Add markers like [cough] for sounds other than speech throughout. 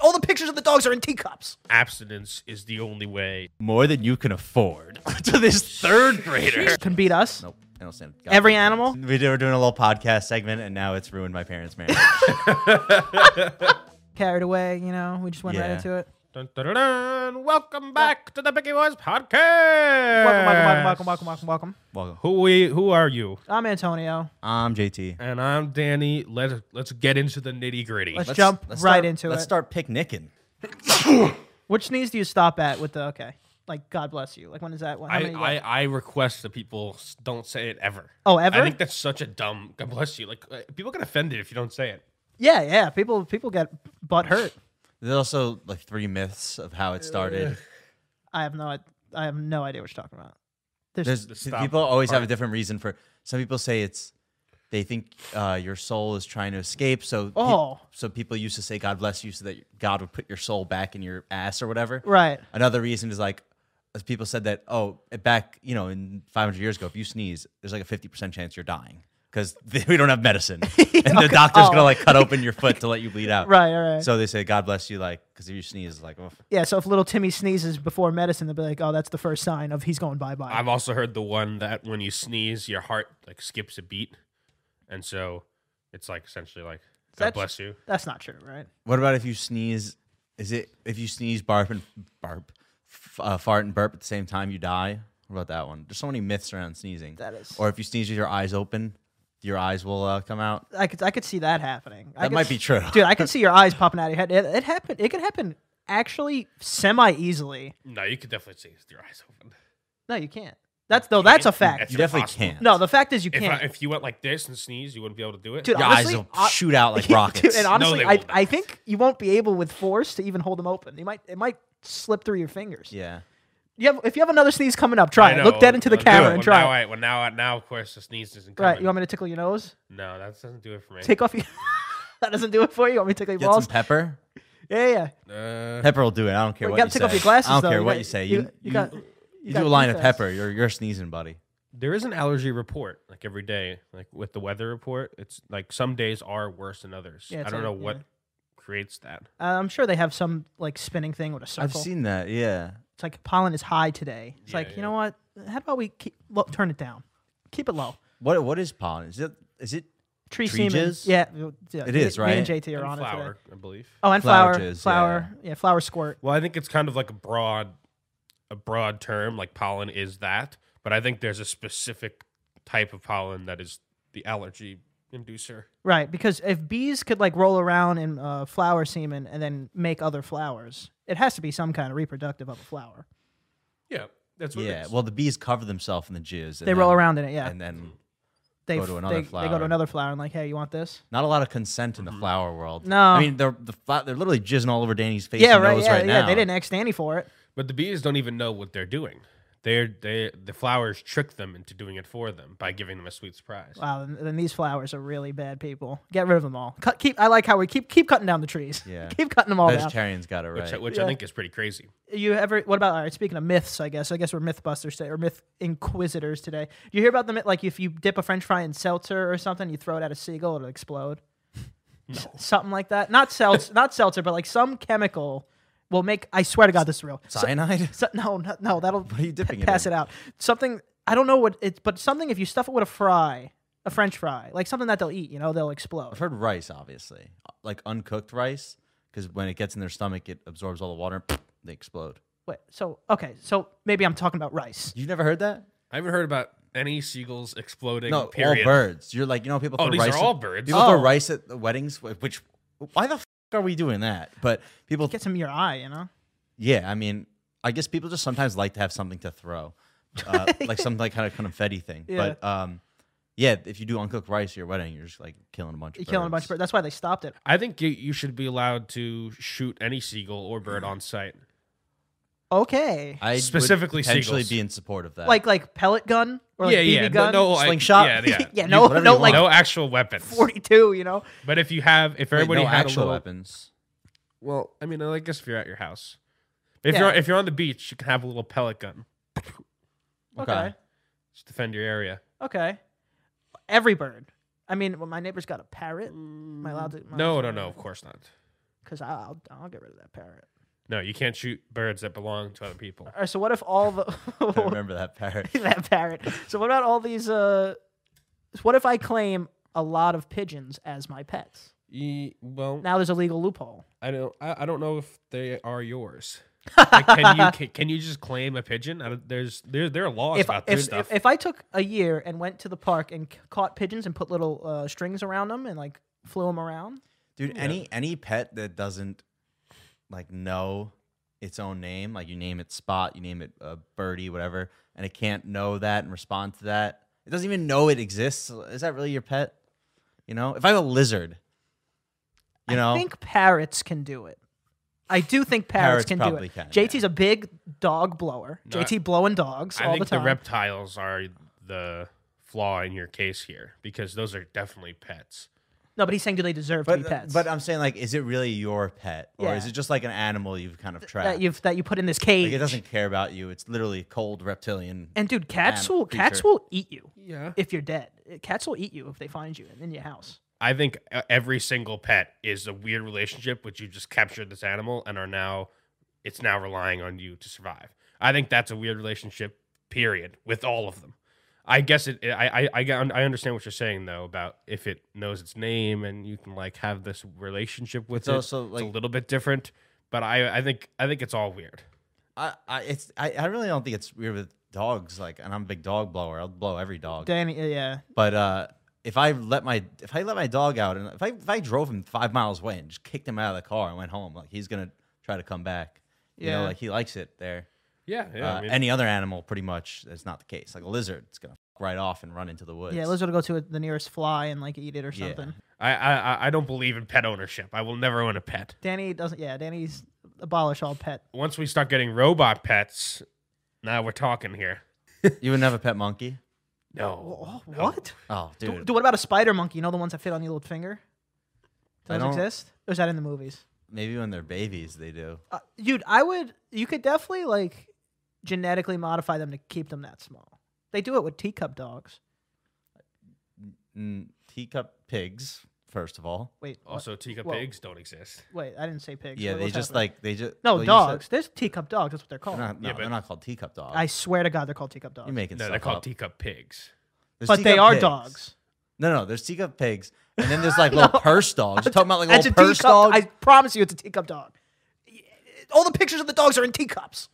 all the pictures of the dogs are in teacups. Abstinence is the only way. More than you can afford [laughs] to this third grader. Can beat us. nope. I don't stand. God Every damn it. animal. We did- were doing a little podcast segment, and now it's ruined my parents' [laughs] marriage. Carried away, you know. We just went right Yeah. into it. Dun, dun, dun, dun. Welcome back to the Picky Boys podcast. Welcome, welcome, welcome, welcome, welcome, welcome, welcome. Welcome. Who we? Who are you? I'm Antonio. I'm JT. And I'm Danny. Let's let's get into the nitty gritty. Let's, jump right start- into Let's it. start picnicking. Which sneeze do you stop at with the okay? Like God bless you. Like when is that? How I, many- I, I request that people s- don't say it ever. Oh, ever? I think that's such a dumb. God bless you. Like uh, people get offended if you don't say it. yeah, yeah. People people get butt hurt. There's also like three myths of how it started. I have no I have no idea what you're talking about. There's, There's The stop people always have a part. different reason for. Some people say it's they think uh, your soul is trying to escape. So pe- Oh. so people used to say God bless you so that God would put your soul back in your ass or whatever. right. Another reason is like as people said that oh back you know in 500 years ago if you sneeze there's like a 50% chance you're dying because [laughs] we don't [laughs] have medicine and the doctor's Oh. gonna like cut [laughs] open your foot to let you bleed out Right, right. so they say god bless you like because if you sneeze it's like oh yeah, so if little Timmy sneezes before medicine, they'll be like, Oh, that's the first sign of he's going bye bye. I've also heard the one that when you sneeze, your heart like skips a beat, and so it's like essentially like God that tr- bless you. That's not true, right? what about if you sneeze is it if you sneeze barf and barf f- uh, fart and burp at the same time you die what about that one there's so many myths around sneezing That is- or if you sneeze with your eyes open your eyes will uh, come out I could I could see that happening. I That could might s- be true. dude. I could see your eyes popping out of your head. It, it happened. It can happen actually semi easily. No, you could definitely see it with your eyes open. No, you can't. That's though. That's a That's fact. you definitely impossible. can't No, the fact is you If, I, can't. if you went like this and sneeze, you wouldn't be able to do it. Dude, your honestly, eyes will I- shoot out like [laughs] Dude, rockets and honestly, they I, won't. I think you won't be able with force to even hold them open. You might it might slip through your fingers. yeah You have if you have another sneeze coming up, try I it. know. Look dead into the Well, camera well, and try. Now, it. I, well, now, I- now, of course, the sneeze isn't coming. Right, you want me to tickle your nose? no, that doesn't do it for me. Take off your. [laughs] that doesn't do it for you. You want me to tickle your get balls? some pepper yeah, yeah. uh, Pepper will do it. I don't care Well, you gotta what you take say. off your glasses, I don't though. care You what got- you say. you- You, you got- you- you you got do a line of defense. pepper. You're you're sneezing, buddy. there is an allergy report like every day, like with the weather report. It's like some days are worse than others. Yeah, I it's don't a- know yeah. what creates that. Uh, I'm sure they have some like spinning thing with a circle. I've seen that. Yeah. it's like pollen is high today. It's Yeah, like you yeah. know what? How about we keep lo- turn it down, keep it low. What what is pollen? Is it is it Tree, Tree semen. jizz? Yeah, w- yeah, It me- is, Me and right? JT are And on it flour, today. I believe. Oh, and flour, Flour flour, jizz, flower, yeah. flower squirt. Well, I think it's kind of like a broad, a broad term. Like pollen is that, but I think there's a specific type of pollen that is the allergy inducer. Right, because if bees could like roll around in uh, flower semen and then make other flowers, it has to be some kind of reproductive of a flower. Yeah, that's what. it yeah? is. Well, the bees cover themselves in the jizz. and They roll then- around in it. Yeah, and then they go f- to another they, They go to flower. another flower and like, hey, you want this? not a lot of consent in the flower world. No. I mean they're the fla- they're literally jizzing all over Danny's face. yeah, and right. nose Yeah, right yeah. now. They didn't ask Danny for it. But the bees don't even know what they're doing. They're they the flowers trick them into doing it for them by giving them a sweet surprise. Wow, then, then these flowers are really bad people. Get rid of them all. Cut, keep. I like how we keep keep cutting down the trees. [laughs] Yeah. keep cutting them all down. Vegetarians got it Which, right. [laughs] which Yeah. I think is pretty crazy. you ever? What about? All right, speaking of myths, I guess. I guess we're MythBusters today, or Myth Inquisitors today. You hear about the myth, like if you dip a French fry in seltzer or something, you throw it at a seagull, it'll [laughs] explode. S- something like that. Not seltzer, not seltzer, but like some chemical will make. I swear to God, this is real. So- Cyanide. so- no, no, no, that'll What are you dipping it pass in? it out. Something I don't know what it's, but something if you stuff it with a fry, a French fry, like something that they'll eat, you know, they'll explode. I've heard rice, obviously, like uncooked rice, because when it gets in their stomach, it absorbs all the water. and [laughs] They explode. Wait, so okay, so maybe I'm talking about rice. You've never heard that? I haven't heard about any seagulls exploding. No, period. all birds. You're like, you know, people Oh, throw these rice. are at- all birds. People Oh. throw rice at the weddings, wh- which why the f- are we doing that? But people, Get some in your eye, you know. yeah, I mean, I guess people just sometimes like to have something to throw, [laughs] uh, like some like kind of confetti thing. Yeah. But um, yeah, if you do uncooked rice at your wedding, you're just like killing a bunch. You're of killing a bunch of birds. That's why they stopped it. I think you, you should be allowed to shoot any seagull or bird on site. Okay, I would Specifically potentially seagulls. be in support of that. like like pellet gun or like uh, yeah, BB yeah, gun. no, no I- Slingshot? yeah, [laughs] yeah. yeah, You- no, whatever no, you like no actual weapons. forty-two. You know, But if you have, if Wait, everybody no had actual a little, weapons. well, I mean, I guess if you're at your house, if Yeah. you're if you're on the beach, you can have a little pellet gun okay, okay. Okay. just defend your area. Every bird. I mean, well, my neighbor's got a parrot. Am I allowed to? am I allowed No, to- no, no, of course not. because I'll I'll get rid of that parrot. No, you can't shoot birds that belong to other people. All right, so what if all I [laughs] the [laughs] remember that parrot. that parrot? So what about all these? Uh, what if I claim a lot of pigeons as my pets? E, well, Now there's a legal loophole. I don't. I, I don't know if they are yours. Like, [laughs] can you can, can you just claim a pigeon? I don't, there's there there are laws If, about if, this stuff. if if I took a year and went to the park and c- caught pigeons and put little uh, strings around them and like flew them around, Dude, any any pet that doesn't like know its own name, like you name it Spot, you name it uh, Birdie, whatever, and it can't know that and respond to that, it doesn't even know it exists. Is that really your pet? You know, if I have a lizard, you know, I think parrots can do it. I do think parrots, Parrots can do probably it. can, JT's a big dog blower. No, JT blowing dogs I all think the time. reptiles are the flaw in your case here because those are definitely pets. no, but he's saying do they deserve to be but uh, pets? but I'm saying like, is it really your pet, or is Yeah. it just like an animal you've kind of trapped? that you've that you put in this cage. like, it doesn't care about you. It's literally a cold reptilian. And dude, cats Animal will cats creature. will eat you Yeah, if you're dead. Cats will eat you if they find you and in your house. I think uh, every single pet is a weird relationship, which you just captured this animal and are now it's now relying on you to survive. I think that's a weird relationship. Period. With all of them, I guess it. I I I, got- I understand what you're saying though about if it knows its name and you can like have this relationship with It's it. also, it's a like- little bit different, but I I think I think it's all weird. I, I it's I, I really don't think it's weird with dogs. Like, and I'm a big dog blower. I'll blow every dog. Danny, uh, yeah, But uh, if I let my if I let my dog out and if I if I drove him five miles away and just kicked him out of the car and went home, like he's gonna try to come back. You know, Yeah. like he likes it there. Yeah, yeah. uh, any other animal, pretty much, is not the case. Like a lizard, it's gonna f- right off and run into the woods. [laughs] yeah. Lizard will go to the nearest fly and like eat it or something. I, I I don't believe in pet ownership. I will never own a pet. Danny doesn't. Yeah, Danny's abolish all pet. Once we start getting robot pets, now we're talking here. you wouldn't have a pet monkey. No, no. What? Oh, dude, Dude, what about a spider monkey? You know the ones that fit on your little finger? I Those don't- exist? Or is that in the movies? maybe when they're babies they do. Uh, dude, I would. You could definitely like genetically modify them to keep them that small. They do it with teacup dogs. Mm, teacup pigs, first of all. Wait. what- Also, teacup Whoa. pigs don't exist. wait. I didn't say pigs. yeah, What- they what's just happening? like they just No, well, you said- dogs. There's teacup dogs. That's what they're They're called. not, no, Yeah, but- they're not called teacup dogs. I swear to God, they're called teacup dogs. You're making No, stuff they're called up. teacup pigs. There's but they teacup are pigs. dogs. No, no, there's teacup pigs, and [laughs] then there's like little purse dogs. You're talking about like That's a little purse teacup. dogs. I promise you, it's a teacup dog. All the pictures of the dogs are in teacups.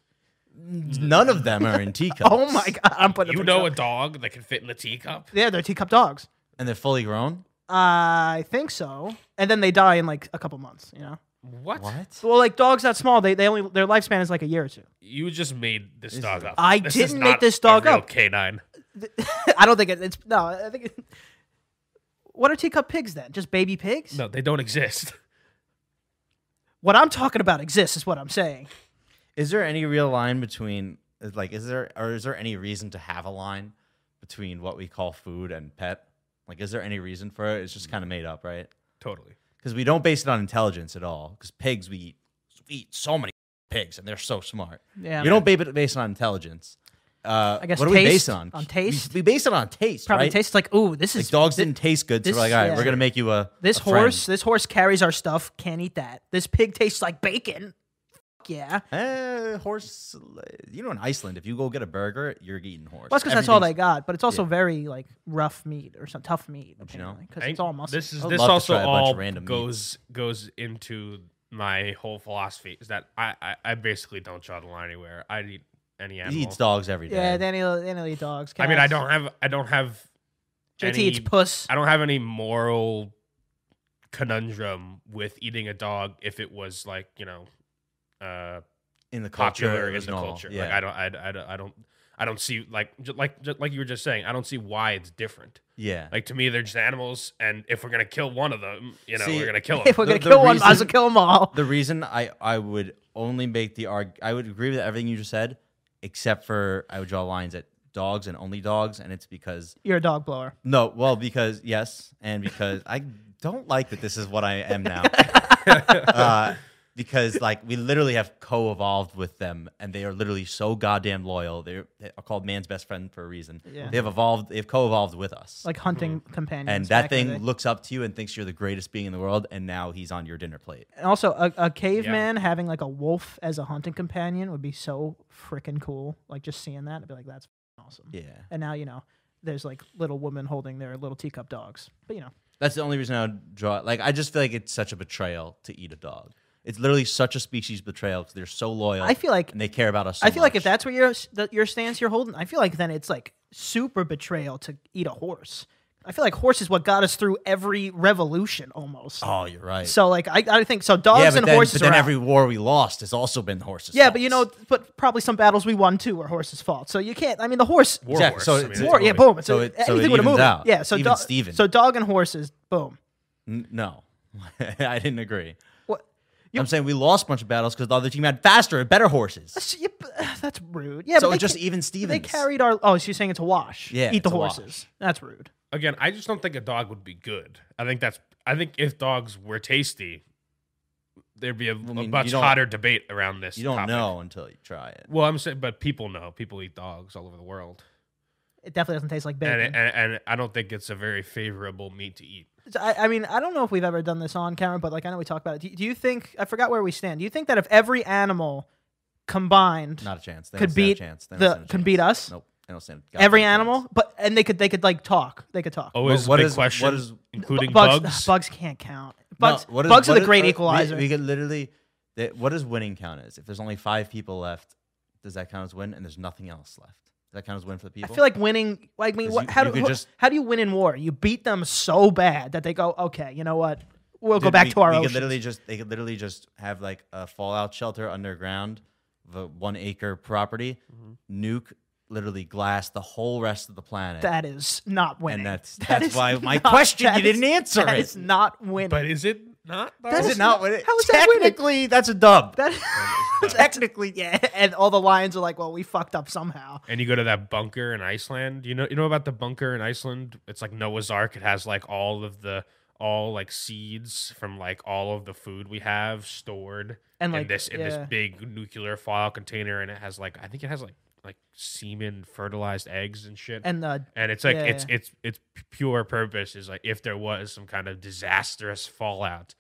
None of them [laughs] are in teacups. Oh my God, I'm putting. You a know a picture up. dog that can fit in the teacup? Yeah, they're teacup dogs. And they're fully grown. I think so. And then they die in like a couple months. You know. What? What? Well, like dogs that small, they, they only their lifespan is like a year or [laughs] two. You just made this, This dog is- up. I This is didn't make not this a dog real up. Canine. I don't think it, it's no. I think. It, what are teacup pigs then? Just baby pigs? No, they don't exist. [laughs] What I'm talking about exists, is what I'm saying. Is there any real line between is, like is there or is there any reason to have a line between what we call food and pet? Like, is there any reason for it? It's just kind of made up, right? Totally. Because we don't base it on intelligence at all. Because pigs, we eat, we eat so many pigs, and they're so smart. Yeah. You don't base it based on intelligence. Uh, I guess what do we base taste, it on? on taste. We, we base it on taste, Probably right? tastes like ooh, this Like is dogs thi- didn't taste good, so this- we're like, all right, yeah. we're gonna make you a This a friend." horse, this horse carries our stuff. Can't eat that. This pig tastes like bacon. Fuck yeah. Eh, horse. You know, in Iceland, if you go get a burger, you're eating horse. Well, that's because that's all they Everything's- got, but it's also very like rough meat or some tough meat, you know? apparently, because I- it's all muscle. Oh, This is I'd this love to also try a bunch of all random goes goes into my whole philosophy is that I, I I basically don't draw the line anywhere. I eat any animal. He eats dogs every day. yeah, Daniel, Daniel eat dogs. I mean, I cats. don't have I don't have JT any, eats puss. [laughs] I don't have any moral conundrum with eating a dog if it was like you know uh in the culture, popular it in was the normal. culture Yeah. like i don't I, I, don't- I don't i don't see like ju- like ju- like you were just saying i don't see why it's different yeah. like to me they're just animals and if we're gonna kill one of them you know See, we're gonna kill them [laughs] If we're The- gonna the kill one, I will reason- kill them all. the reason I I would only make the arg I would agree with everything you just said, except for I would draw lines at dogs and only dogs, and it's because You're a dog blower. no, well, because [laughs] yes, and because I don't like that this is what I am now. uh, because like we literally have co-evolved with them and they are literally so goddamn loyal. They're, they are called man's best friend for a reason. Yeah. They've evolved, they've co-evolved with us. Mm-hmm. like hunting companions. and back that in the thing day. looks up to you and thinks you're the greatest being in the world and now he's on your dinner plate. And also, a, a caveman having like a wolf as a hunting companion would be so freaking cool. Like just seeing that, I'd be like, that's awesome. Yeah. And now you know, there's like little women holding their little teacup dogs. But you know, That's the only reason I would draw it. Like I just feel like it's such a betrayal to eat a dog. It's literally such a species betrayal because they're so loyal. I feel like Oh, and they care about us. so I feel like if much. that's what your the, your stance you're holding, I feel like then it's like super betrayal to eat a horse. I feel like horse is what got us through every revolution almost. oh, you're right. So like I, I think so dogs yeah, but and then, horses but are then out. every war we lost has also been horses. Yeah, but you know, faults. but probably some battles we won too were horses' fault. So you can't. I mean, the horse War Exactly, horse. so I it's- mean, war, yeah, totally- boom. So So, it- so anything it would have evens moved. out. Yeah, so Even dog, Steven. So dog and horses, boom. N- no, [laughs] I didn't agree. What? You- I'm saying we lost a bunch of battles because the other team had faster and better horses. that's- yeah, but- [sighs] That's rude. Yeah, but so it they just ca- even Stevens. They carried our. Oh, so you're saying it's a wash? Yeah, eat the it's a wash. horses. That's rude. Again, I just don't think a dog would be good. I think that's. I think if dogs were tasty, there'd be a, a mean, you much don't- hotter debate around this. You don't topic. know until you try it. Well, I'm saying, but people know. People eat dogs all over the world, It definitely doesn't taste like bacon. and, and and I don't think it's a very favorable meat to eat. So I, I mean, I don't know if we've ever done this on camera, but like I know we talk about it. Do, do you think I forgot where we stand? Do you think that if every animal combined Not a chance. They Could don't stand beat a chance. They don't the- stand a could chance. beat us? Nope. They don't stand. a every goddamn animal, chance. but and they could they could like talk. They could talk. Always what a big is- question. what is- including Bu- bugs? bugs can't count. No, Bugs, what is- bugs are what the is- great uh, we- equalizer. We, could literally. That, what does winning count as? If there's only five people left, does that count as win? And there's nothing else left. Does that count as win for the I people? feel like winning. Like, I mean, 'Cause what, you- how you do could who- just- how do you win in war? You beat them so bad that they go, okay, you know what? We'll go Dude, back we- to our we oceans. could literally just they could literally just have like a fallout shelter underground the one acre property Mm-hmm. nuke literally glass the whole rest of the planet that is not winning. and that's That that's is why my not- question that you is- didn't answer That it is not winning. but is it not? though? That is is it not not- what it, how is that winning? technically that's a [laughs] dub that That is not. technically, yeah. And all the lions are like, well, we fucked up somehow. and you go to that bunker in Iceland. You know, you know about the bunker in Iceland. It's like Noah's Ark. It has like all of the all like seeds from like all of the food we have stored And, like, in this in yeah. this big nuclear fallout container. And it has like I think it has like like semen fertilized eggs and shit. And the And it's like Yeah, it's yeah. it's it's pure purpose is like if there was some kind of disastrous fallout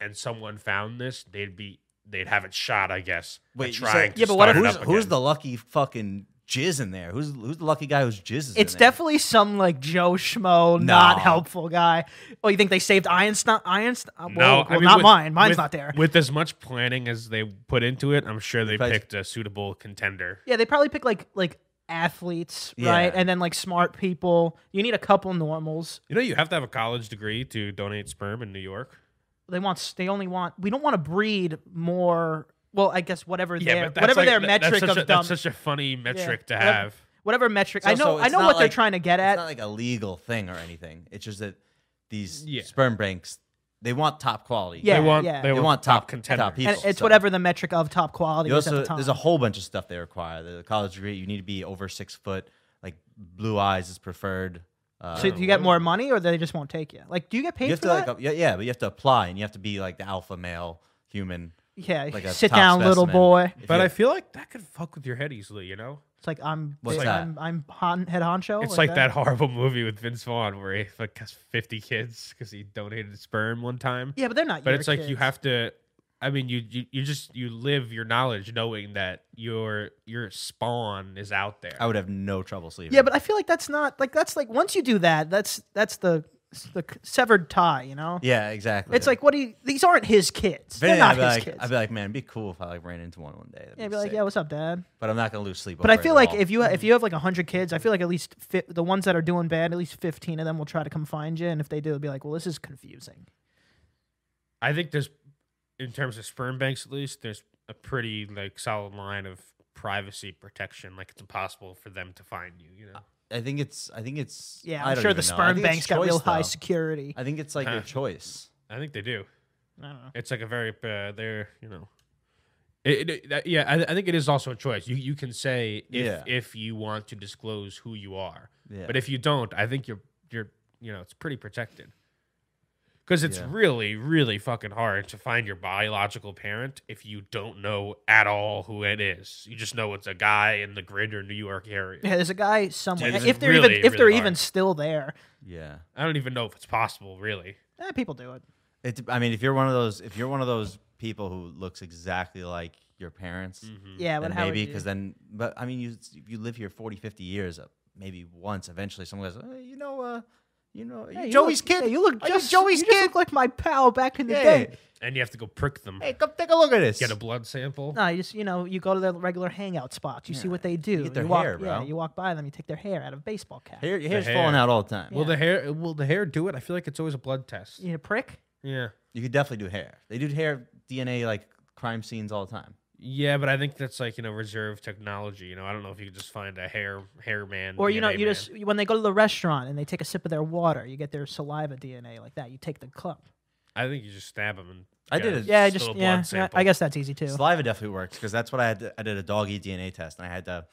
and someone found this, they'd be they'd have it shot, I guess. at Wait, you said- trying to Yeah, but what start it who's, up who's [laughs] again. the lucky fucking jizz in there who's who's the lucky guy who's jizz is It's in there? definitely some like Joe Schmo, not No. helpful guy. Oh, you think they saved Einstein? Einstein? Well, No, well I mean, not with- mine. Mine's with- not there. With as much planning as they put into it, I'm sure they Because- picked a suitable contender. yeah, they probably pick like like athletes, right? Yeah. And then like smart people. You need a couple normals. You know, you have to have a college degree to donate sperm in New York. They want. s- They only want. We don't want to breed more. Well, I guess whatever their that's whatever like- their that- metric that's such of a, dumb that's such a funny metric to Whatever- have. whatever metric. So- I know. so I it's know not what they're like- trying to get it's not at. like a legal thing or anything. It's just that these Yeah. sperm banks they want top quality. Yeah, they want yeah. they, they, want top contender. top people. and it's so- whatever the metric of top quality You is also at the time. there's a whole bunch of stuff they require. The college degree, you need to be over six foot. Like blue eyes is preferred. Uh, so do you get more money, or they just won't take you? Like, do you get paid you have for to that? like uh, yeah, yeah, but you have to apply and you have to be like the alpha male human. yeah, Like a sit top down, little specimen. boy. If But you- I feel like that could fuck with your head easily, you know? It's like I'm What's big- that? I'm, I'm hon, head honcho. It's like that. horrible movie with Vince Vaughn where he like has 50 kids because he donated sperm one time. Yeah, but they're not. but your it's like you kids. have to i mean you, you you just you live your knowledge knowing that your your spawn is out there I would have no trouble sleeping. Yeah, but I feel like that's not like that's like once you do that, that's that's the the severed tie. You know, yeah, exactly. it's like what do you? These aren't his kids. If They're anything, not I'd his be like, kids. I'd be like, man, it'd be cool if I like ran into one one day. That'd yeah, be like, sick. yeah, what's up, dad? But I'm not gonna lose sleep. But over I it feel at like all. Mm-hmm. if you if you have like hundred kids, I feel like at least fi- the ones that are doing bad, at least fifteen of them will try to come find you, and if they do, it'll be like, well, this is confusing. i think there's in terms of sperm banks at least there's a pretty like solid line of privacy protection like it's impossible for them to find you you know I think it's. I think it's. Yeah, I I'm don't sure even the know. I sperm think it's bank's got real choice, high though. security. I, I think it's like Huh. your choice. i think they do don't know. it's like a very uh, they're you know it, it- that- yeah I, I think it is also a choice you you can say if Yeah. if you want to disclose who you are Yeah. but if you don't i think you're you're you know it's pretty protected because it's Yeah. really, really fucking hard to find your biological parent if you don't know at all who it is. You just know it's a guy in the greater New York area. Yeah, there's a guy somewhere. It's if they're really, even if they're really even hard. still there, Yeah. I don't even know if it's possible, really. eh, people do it. It, I mean, if you're one of those, if you're one of those people who looks exactly like your parents, Mm-hmm. Yeah, but Mm. then how would maybe you- because then, but I mean, you if you live here 40, 50 years, uh, maybe once, eventually, someone goes, "Hey, you know, uh, you know, Hey, you Joey's look- kid. hey, you look Are just Joey's you kid. Just look like my pal back in the hey, day. And you have to go prick them, hey, come take a look at this. get a blood sample. No, you just you know you go to their regular hangout spots. You see Yeah, what they do. You, their walk, hair, Yeah, bro. you walk by them. You take their hair out of a baseball cap. Hair, your hair's hair. falling out all the time. Yeah. Will the hair? Will the hair do it? I feel like it's always a blood test. You know, prick. Yeah. You could definitely do hair. They do hair DNA like crime scenes all the time. Yeah, but I think that's like you know reserve technology. You know, I don't know if you could just find a hair hair man Or you know DNA you man. just when they go to the restaurant and they take a sip of their water, you get their saliva DNA like that. You take the cup. I think you just stab him and I get did a it. Yeah, s- just little yeah. blood yeah, sample. I guess that's easy too. Saliva definitely works because that's what I had. To, I did a doggy DNA test and I had to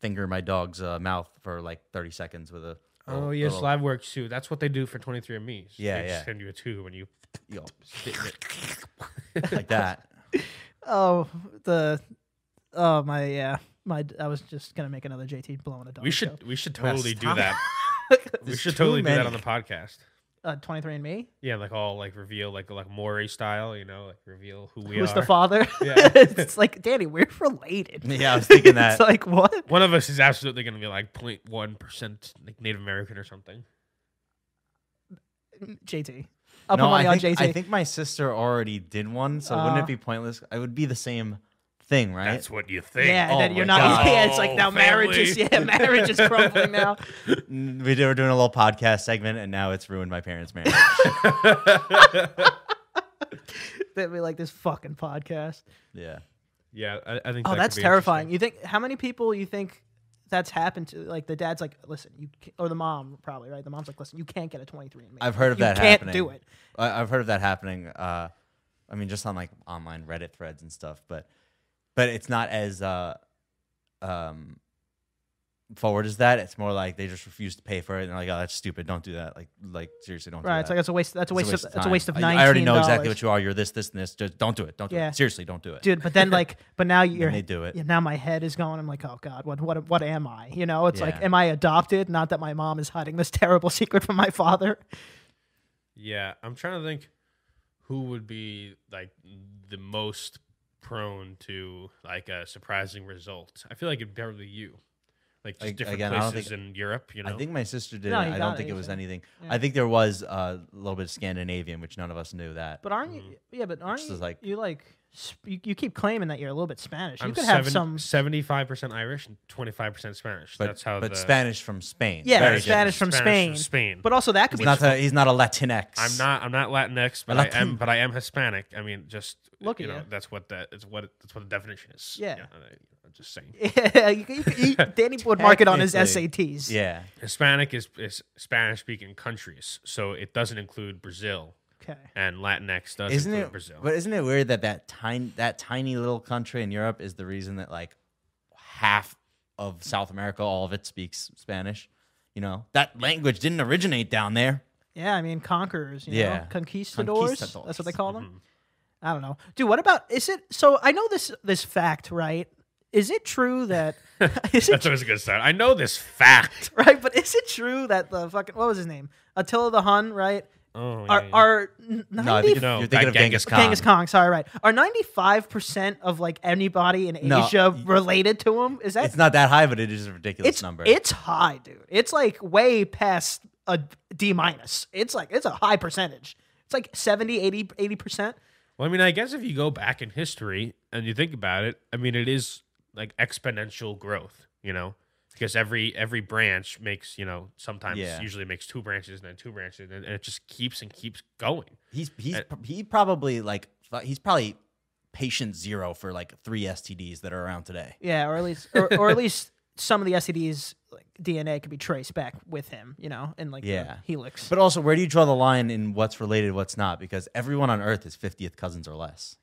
finger my dog's uh, mouth for like 30 seconds with a. Oh yeah, saliva works too. That's what they do for twenty three andme Yeah, they yeah. Just send you a tube and [laughs] you. you know, spit in it. like that. Oh the, oh my yeah. My, I was just gonna make another JT blowing a dog. we joke. should we should totally do stop. [laughs] that. we There's should too totally do that many. on the podcast. uh, 23 and Me. Yeah, like all like reveal like like Maury style. You know, like reveal who we Who's are. the father? Yeah. [laughs] it's like Danny, we're related. Yeah, I was [laughs] thinking it's that. like what? One of us is absolutely going to be like 0.1 percent like Native American or something. JT. Up no, no, money I on think, JT. I think my sister already did one, so wouldn't Uh. it be pointless? It would be the same thing, right? That's what you think. yeah, Oh that you're my not. [laughs] God. Oh, Yeah, it's like now marriage is Oh, family. yeah, [laughs] marriage is crumbling now. Mm, we did- were doing a little podcast segment, and now it's ruined my parents' marriage. They'd be like this fucking podcast. yeah, [laughs] Yeah, I, I think. Oh, that could that's be terrifying. You think how many people you think that's happened to? Like the dad's like, listen, you ca- or the mom probably right. The mom's like, listen, you can't get a 23 and Me. I've heard of you that Can't happening. do it. I, I've heard of that happening. Uh, I mean, just on like online Reddit threads and stuff, but but it's not as uh, um, forward as that. It's more like they just refuse to pay for it, and they're like, "Oh, that's stupid. Don't do that. Like, like seriously, don't." Right. do It's that. like it's a waste. That's a waste. of, That's a time. waste of I- nineteen. I already know exactly what you are. You're this, this, and this. Just don't do it. Don't do Yeah. it. Seriously, don't do it. Dude, but then [laughs] like, but now you're they do it. Yeah, now my head is going. I'm like, oh god, what what what am I? You know, it's like, Yeah. am I adopted? Not that my mom is hiding this terrible [laughs] secret from my father. Yeah, I'm trying to think who would be like the most prone to like a surprising result. I feel like it'd probably be you. Like just Ag- different again, I don't places think- in Europe, you know. I think my sister did No, it. you I got don't it, think you it was said it. anything. Yeah. I think there was uh, a little bit of Scandinavian, which none of us knew that. But aren't you? Yeah, but aren't Just you as, Mm-hmm. like- like you like sp- you, you keep claiming that you're a little bit Spanish. I'm you could have some. 75 percent Irish and twenty five percent Spanish. but That's how. but the, Spanish from Spain. Yeah, Very Spanish different. from Spanish Spain. from Spain. [laughs] But also that could be. He's not a, he's not a Latinx. I'm not. I'm not Latinx, but I am. Latin. But I am Hispanic. I mean, just Look you at know, you. that's what that. It's what. That's what the definition is. Yeah. and I, I'm just saying. [laughs] yeah, you could, you could- you- [laughs] Danny would mark it on his Technically, SATs. Yeah. Hispanic is, is Spanish speaking countries, so it doesn't include Brazil, Okay. and Latinx does Isn't include it? Brazil. But isn't it weird that that tiny that tiny little country in Europe is the reason that like half of South America, all of it speaks Spanish. You know that language didn't originate down there. Yeah, I mean conquerors. You Yeah. know? conquistadors. That's Conquistadors. Mm-hmm. what they call them. I don't know, dude. What about is it? So I know this this fact, right? Is it true [laughs] that [laughs] is it That's always a good start. I know this fact. right? But is it true that the fucking what was his name Attila the Hun, right? Oh, yeah, Are yeah. are n- No, I ninety think No, you're thinking that of Genghis, Genghis- Khan. Genghis Khan? Sorry, right? Are ninety five percent of like anybody in No, Asia y- related to him? Is that It's not that high, but it is a ridiculous it's number. It's high, dude. It's like way past a D minus. It's like it's a high percentage. It's like 70, 80 percent. well, I mean, I guess if you go back in history and you think about it, I mean, it is like exponential growth. You know, because every every branch makes you know sometimes Yeah. usually makes two branches and then two branches and, and it just keeps and keeps going. He's he's Uh, pr- he probably like fu- he's probably patient zero for like three STDs that are around today. Yeah, or at least or, or [laughs] at least some of the STDs like DNA could be traced back with him. You know, in like the Yeah. helix. But also, where do you draw the line in what's related, what's not? Because everyone on Earth is fiftieth cousins or less.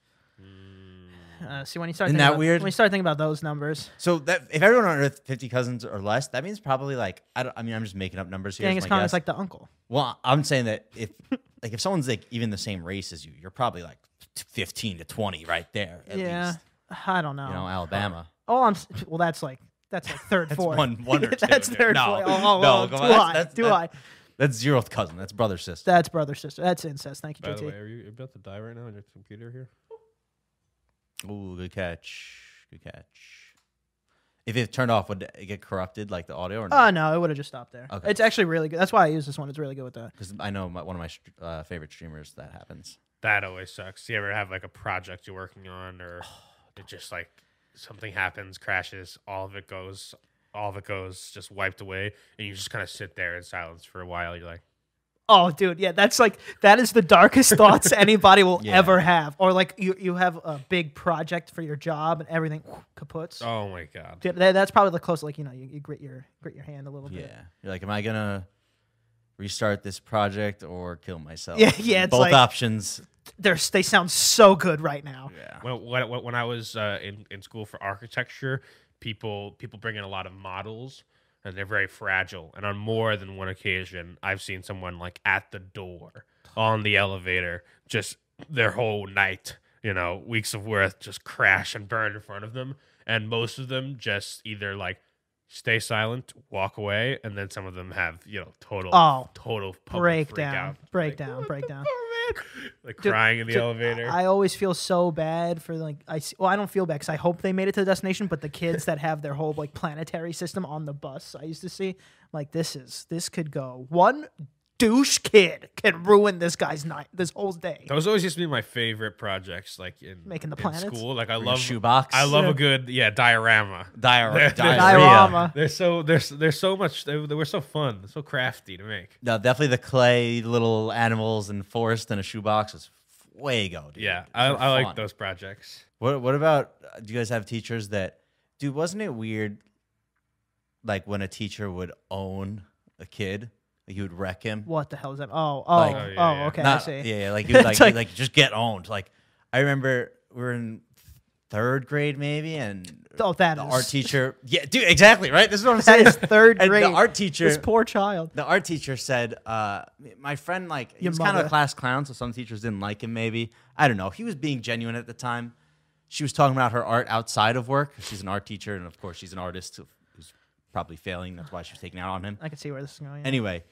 Uh, see when you start Isn't thinking that about, weird? When you start thinking about those numbers, So that if everyone on Earth fifty cousins or less, that means probably like I don't. I mean, I'm just making up numbers here. Genghis my Khan guess. is like the uncle. well, I'm saying that if like if someone's like even the same race as you, you're probably like fifteen to twenty right there. At yeah, Oh, least. I don't know. you know Alabama. All Oh, I'm s- well, that's like that's like third, [laughs] That's fourth. one- one or two, [laughs] that's dude. third, No. fourth. All, all No, along. come do on, that's- I? that's- do I? that's- That's zeroth cousin. That's brother sister. That's brother sister. That's incest. Thank you, By the way, um, JT. are you about to die right now on your computer here? Ooh, good catch. Good catch. If it turned off, would it get corrupted like the audio or Oh not? no, it would have just stopped there. Okay. It's actually really good. That's why I use this one. It's really good with that. Because I know my, one of my str- uh, favorite streamers that happens. That always sucks. You ever have like a project you're working on, or it just like something happens, crashes, all of it goes, all of it goes, just wiped away, and you just kind of sit there in silence for a while. You're like, Oh, dude, yeah, that's like that is the darkest thoughts [laughs] anybody will Yeah. ever have. Or like you, you have a big project for your job and everything [sniffs] kaputs. oh my god, Dude, that- that's probably the closest. Like you know, you, you grit your grit your hand a little bit. Yeah, you're like, am I gonna restart this project or kill myself? Yeah, yeah, it's both like- options. They're, they sound so good right now. Yeah, when, when, when- when I was uh, in, in school for architecture, people people bring in a lot of models and they're very fragile. And on more than one occasion, I've seen someone like at the door on the elevator, just their whole night, you know, weeks of worth just crash and burn in front of them. And most of them just either like stay silent, walk away, and then some of them have, you know, total Oh, total public freak breakdown, out. breakdown, Like, breakdown. "Oh, man." Like Dude, crying in the Dude, elevator. I always feel so bad for like I see, well I don't feel bad because I hope they made it to the destination, but the kids that have their whole like planetary system on the bus I used to see like this is this could go one douche kid can ruin this guy's night this whole day. Those always used to be my favorite projects, like in Making the in planets? school. Like I Your love shoebox. I love Yeah. a good yeah diorama. [laughs] Diar- diarrhea. Diorama. They're so they're s- they're so much they, they were so fun, so crafty to make. No, definitely the clay little animals and forest and a shoebox is fuego, dude. Yeah, Those I, are I like fun. those projects. What What about? uh, Do you guys have teachers that? Dude, wasn't it weird? Like when a teacher would own a kid, like he would wreck him. What the hell is that? Oh, oh, Like- oh, Oh, yeah, yeah. okay, Not- I see. Yeah, yeah, like he was It's [laughs] like, like- like, just get owned. Like I remember we were in third grade maybe, and Oh, that the is- art teacher. Yeah, dude, exactly right. This is what [laughs] I'm That saying. is third And grade. the art teacher. This poor child. the art teacher said, uh, "My friend, like he Your was kind of mother. a class clown, so some teachers didn't like him. Maybe I don't know. He was being genuine at the time. She was talking about her art outside of work. She's an art teacher, and of course, she's an artist who's probably failing. That's why she was taking out on him. I can see where this is going. yeah. Anyway,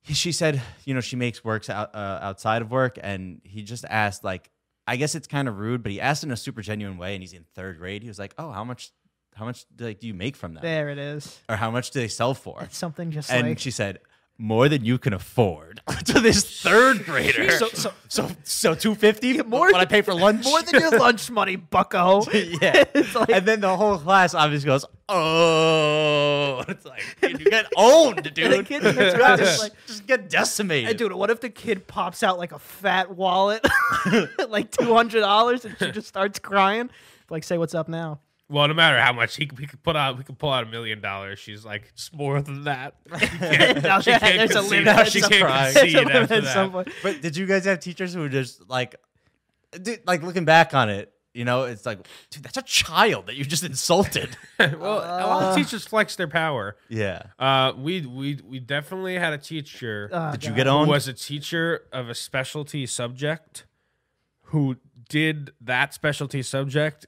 he- she said, you know, she makes works out, uh, outside of work, and he just asked, like, I guess it's kind of rude, but he asked in a super genuine way, and he's in third grade. He was like, "Oh, how much, how much like do you make from that, there it is. or how much do they sell for?" It's something just and like she said, "More than you can afford [laughs] to this third grader." so, so, so, so two fifty more more what I pay for lunch. more than your lunch money, [laughs] Bucko. yeah. [laughs] It's like- and then the whole class obviously goes, "Oh!" [laughs] It's like dude, you get owned, dude. [laughs] the kid turns around and is just, like- [laughs] just get decimated. Hey, Uh, dude, what if the kid pops out like a fat [laughs] wallet, [laughs] like two hundred dollars, and she just starts crying? Like, say what's up [laughs] now? Well, no matter how much he, c- he could put out, we could pull out a million dollars. She's like, it's more [laughs] than that. [laughs] She can't- Now she that- can't there's a concede- limit at She some- can't point. concede Someone [laughs] after at some that. point- But did you guys have teachers who were just like, dude, like looking back on it, you know, it's like, dude, that's a child that you [laughs] just insulted. [laughs] Well, a lot Uh. of teachers flex their power. yeah. Uh, we we we definitely had a teacher. Oh, Did you God. get owned? was a teacher of a specialty subject who did that specialty subject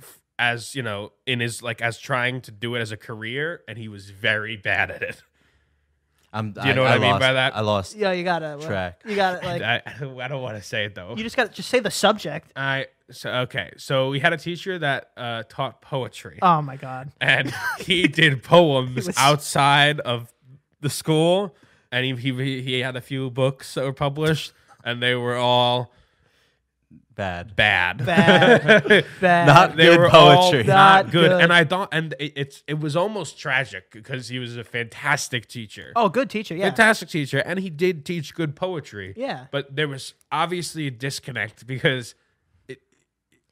f- as you know in his like as trying to do it as a career and he was very bad at it I'm, Do you know what I mean lost, by that? I lost. Yeah, you gotta well, Track. You gotta like, [laughs] I, I don't want to say it though you just gotta just say the subject. i so okay so we had a teacher that uh, taught poetry Oh my god, [laughs] and he did poems was- outside of the school and he, he he had a few books that were published and they were all Bad. bad Bad. [laughs] bad. Not- they Good were poetry. poetry. not, Not good. good. And I thought, and it, it's it was almost tragic because he was a fantastic teacher, oh, good teacher. Yeah, fantastic teacher, and he did teach good poetry. Yeah. but there was obviously a disconnect because it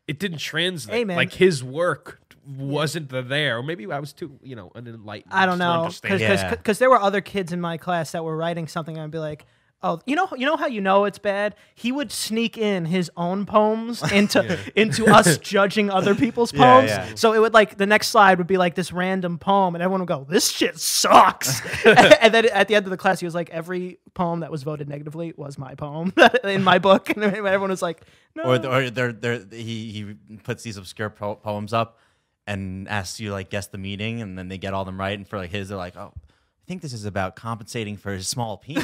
it didn't translate. Hey, man. Like his work wasn't the there, or maybe I was too you know unenlightened. I don't to know understand. because Yeah. there were other kids in my class that were writing something and I'd be like, Oh, you know, you know how you know it's bad. He would sneak in his own poems [laughs] into into us judging other people's Yeah, poems. yeah. So it would like the next slide would be like this random poem, and everyone would go, "This shit [laughs] sucks." [laughs] and then at the end of the class, he was like, "Every poem that was voted negatively was my poem [laughs] in my book," and everyone was like, "No." or th- or they're, they're, he he puts these obscure po- poems up and asks you like guess the meaning, and then they get all them right. And for like his, they're like, oh, I think this is about compensating for his small [laughs] penis.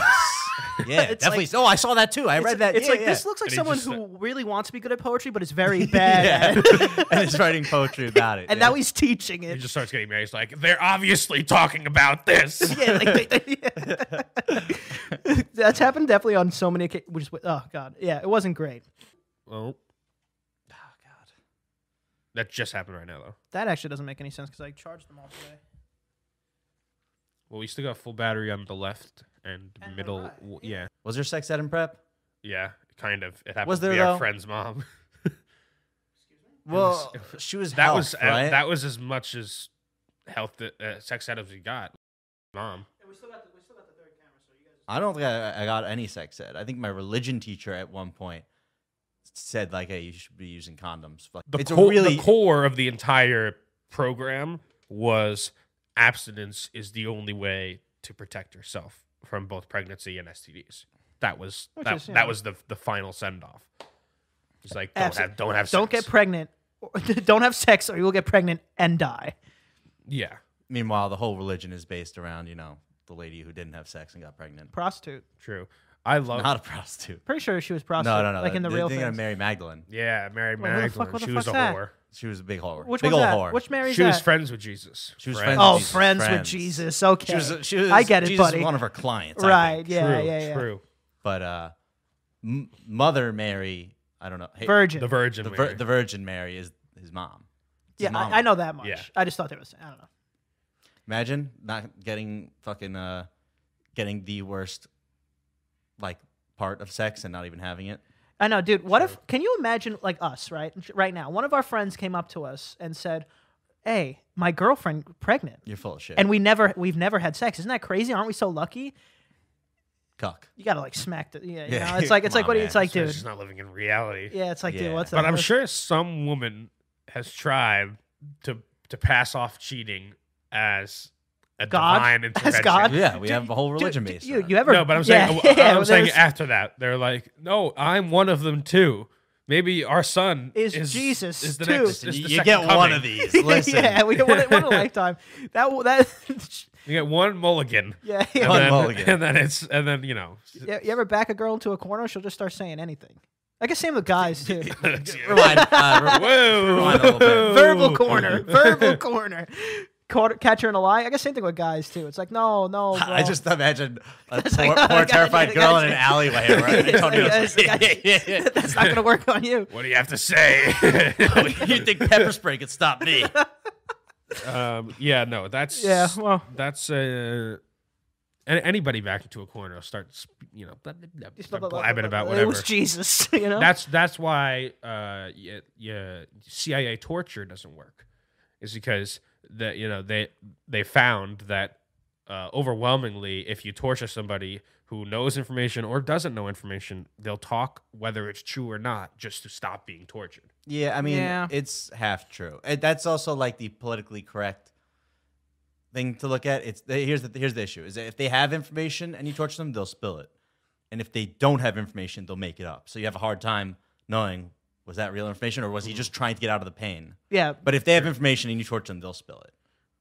yeah, It's definitely. like- oh, I saw that too. I read that. it's Yeah, like yeah. [laughs] this looks like And he someone just, uh, who really wants to be good at poetry, but is very bad at it. [laughs] yeah. [laughs] and he's writing poetry about it. And yeah. now he's teaching He it. just starts getting mad. He's like, they're obviously talking [laughs] about this. yeah, like they, they, yeah. [laughs] that's happened definitely on so many occasions. Which, oh god, yeah, it wasn't great. oh, Oh, God. that just happened right now, though. That actually doesn't make any sense because I charged them all today. Well, we still got full battery on the left and, And the middle. right, w- Yeah, Was there sex ed in prep? yeah, kind of. It happened Was to be there, though? our friend's mom. [laughs] Well, it she was that health, was uh, right? that was as much as health that, uh, sex ed as we got. Mom, I don't think I, I got any sex ed. I think my religion teacher at one point said like, "Hey, you should be using condoms." Like, the, it's co- a really the core of the entire program was abstinence is the only way to protect yourself from both pregnancy and STDs. That was Which that, is, you that know. was the the final send off. It's like don't Absent- have don't have Don't sex. get pregnant. or- [laughs] Don't have sex, or you will get pregnant and die. yeah. Meanwhile, the whole religion is based around you know the lady who didn't have sex and got pregnant, [laughs] Prostitute. True. I love not a prostitute. Pretty sure she was prostitute. No, no, no. Like in the they real thinking of thing. Mary Magdalene. Yeah, Mary Wait, who the fuck- Magdalene. what the she was fuck's a that? whore. She was a big whore. Which big one's old that? whore. Which Mary's She was that? friends with Jesus. She was friends oh, with Jesus, friends, with friends. Jesus. Okay, she was. a- She was. I get it, Jesus was buddy. One of her clients. I right? think. Yeah, yeah, yeah. True. But uh, M- Mother Mary. I don't know. Hey, Virgin. The Virgin. the, Mary. Vir- the Virgin Mary is his mom. It's yeah, his mama. I, I know that much. Yeah. I just thought there was. I don't know. Imagine not getting fucking uh getting the worst like part of sex and not even having it. I know, dude. What if? Can you imagine, like us, right? Right now, one of our friends came up to us and said, "Hey, my girlfriend pregnant, You're full of shit. and we never, we've never had sex. Isn't that crazy? Aren't we so lucky? [laughs] cuck. You gotta like smack the, yeah, you [laughs] Yeah. know? It's like, it's Come like, on, what? do you- man. It's like, So dude. She's not living in reality. Yeah, it's like, dude. Yeah. What's But that? I'm What's- sure some woman has tried to to pass off cheating as a God? divine As intervention. God? Yeah, we Do- have a whole Dude, religion d- based. You, on it. you ever? No, but I'm saying [laughs] yeah, yeah, I'm saying [laughs] there's- after that they're like, no, I'm one of them too. Maybe our son Is is, Jesus Is the too. next? Is the you second get one coming. [laughs] of these. Listen. [laughs] yeah, we what, a- [laughs] what a lifetime. That w- that. [laughs] You get one mulligan. yeah, And yeah. One then, mulligan. and then it's and then you know. You you ever back a girl into a corner? She'll just start saying anything. I guess same with [laughs] guys too. Rewind, [laughs] uh, re- Rewind a little Whoa! bit. verbal corner, [laughs] verbal corner. Quarter, catcher in a lie. I guess same thing with guys too. It's like no, no. Bro. [laughs] I just imagine a like, poor, oh, poor God, terrified God, girl God. in an alleyway. [laughs] It's Right? like, Antonio's guys, like, guys, [laughs] yeah, [laughs] yeah, that's not gonna work on you. What do you have to [laughs] say? yeah. you think pepper spray could stop [laughs] me? um, yeah, no, that's Yeah, well, that's uh, an- anybody back into a corner will start, sp- you know, blah, blah, blah, just start blah, blah, blah, blabbing blah, about blah. It whatever. was Jesus, [laughs] you know. That's that's why uh, yeah, yeah, CIA torture doesn't work, is because that you know they they found that uh, overwhelmingly, if you torture somebody who knows information or doesn't know information, they'll talk whether it's true or not just to stop being tortured. Yeah, I mean, Yeah. it's half true. And that's also like the politically correct thing to look at. It's here's the here's the issue: is that if they have information and you torture them, they'll spill it, and if they don't have information, they'll make it up. So you have a hard time knowing was that real information or was he just trying to get out of the pain. yeah. But if they have information and you torture them, they'll spill it.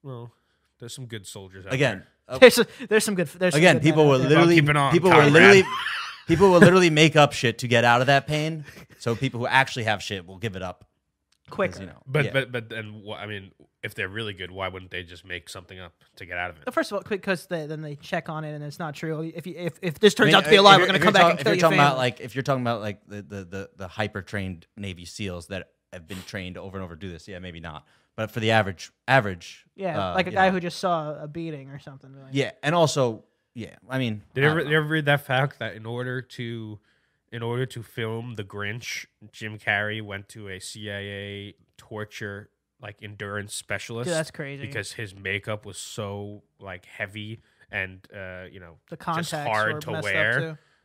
Well, there's some good soldiers out Again, uh, There's, a, there's some good. There's some again, good men out people will there. literally keep it on, people will Conrad. literally people will literally make up shit to get out of that pain. So people who actually have shit will give it up. 'cause, quicker. You know, But yeah. but but then wh- I mean, if they're really good, why wouldn't they just make something up to get out of But it? First of all, because they, then they check on it and it's not true. If you, if, if this turns I mean, out to be a if lie, you're- we're gonna if come you're back talk- and if kill you're your talking about family. like if you're talking about like the the the, the hyper trained Navy SEAls that have been trained over and over to do this, yeah, maybe not. But for the average average, yeah, uh, like a you guy know. who just saw a beating or something. Like, yeah, and also yeah, I mean, Did I you Uh, ever, don't did you ever read that fact that in order to in order to film The Grinch, Jim Carrey went to a CIA torture like endurance specialist Dude, that's crazy. because his makeup was so like heavy and uh, you know the contacts just hard were to messed wear up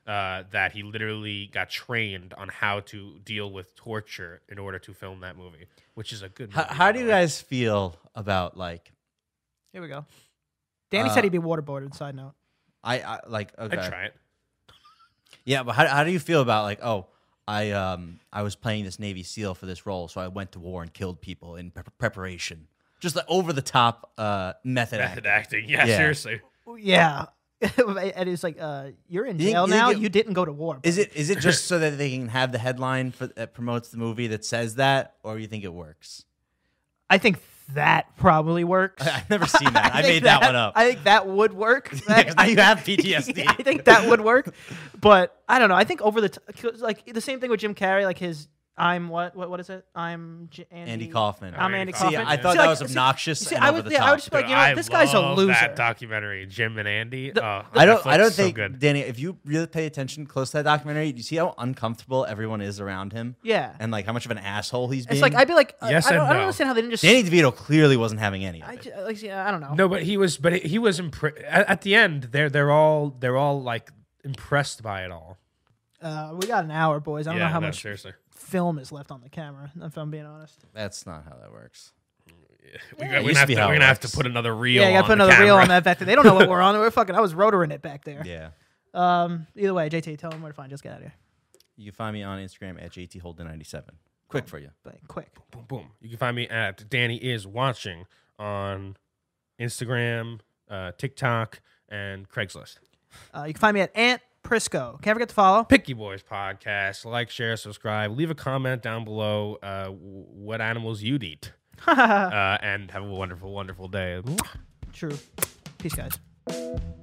too. uh, that he literally got trained on how to deal with torture in order to film that movie, which is a good. How, movie, how by do the you way. guys feel about like Here we go. Danny Uh, said he'd be waterboarded. Side note. I, I like okay I'd try it. yeah, but how, how do you feel about like oh I um I was playing this Navy SEAL for this role, so I went to war and killed people in pre- preparation, just like over the top uh [laughs] method. Method acting. acting. Yeah, Yeah. seriously. Oh, Yeah. [laughs] and it's like, uh, you're in You think- jail you think now. it- you didn't go to war. Is it is [laughs] it just so that they can have the headline for, that promotes the movie that says that, or you think it works? [laughs] I think that probably works. [laughs] I've never seen that. I, think made that, one up. I think that would [laughs] work. That- now you have Yeah, PTSD. [laughs] I think that would work, but I don't know. I think over the t- 'cause, like the same thing with Jim Carrey, like his I'm what what what is it? I'm J- Andy, Andy Kaufman. I'm Andy See, Kaufman. See, I thought See, that like- was see- obnoxious see, and I over would, the yeah, top. I would just be like, Dude, you know, I what? this guy's a love loser. That documentary, Jim and Andy. oh, I don't. Netflix I don't is so think good. Danny. If you really pay attention close to that documentary, do you see how uncomfortable everyone is around him, yeah, and like how much of an asshole he's being. it's like I'd be like, uh, Yes I, don't, and I don't no. understand how they didn't just. Danny DeVito clearly wasn't having any of I it. just, like, see, I don't know. No, but he was. But he was impre- at, at the end. They're they're all they're all like impressed by it all. Uh, we got an hour, boys. I don't know how no, much Seriously, film is left on the camera. If I'm being honest. That's not how that works. we, it are used gonna, to have be to, how we're it gonna have to works. put another reel. yeah, I gotta on put the another reel camera. on that back there. They don't know what we're [laughs] on. We're fucking. I was rotoring it back there. Yeah. Um. Either way, JT, tell them where to find. Just get out of here. You can find me on Instagram at jtholden97. Quick for you. But quick. Boom, boom. You can find me at Danny is watching on Instagram, uh, TikTok, and Craigslist. Uh, you can find me at Ant Prisco. Can't forget to follow. [laughs] Picky Boys podcast. Like, share, subscribe. Leave a comment down below. Uh, w- what animals you'd eat. [laughs] uh, and have a wonderful, wonderful day. True. Peace, guys.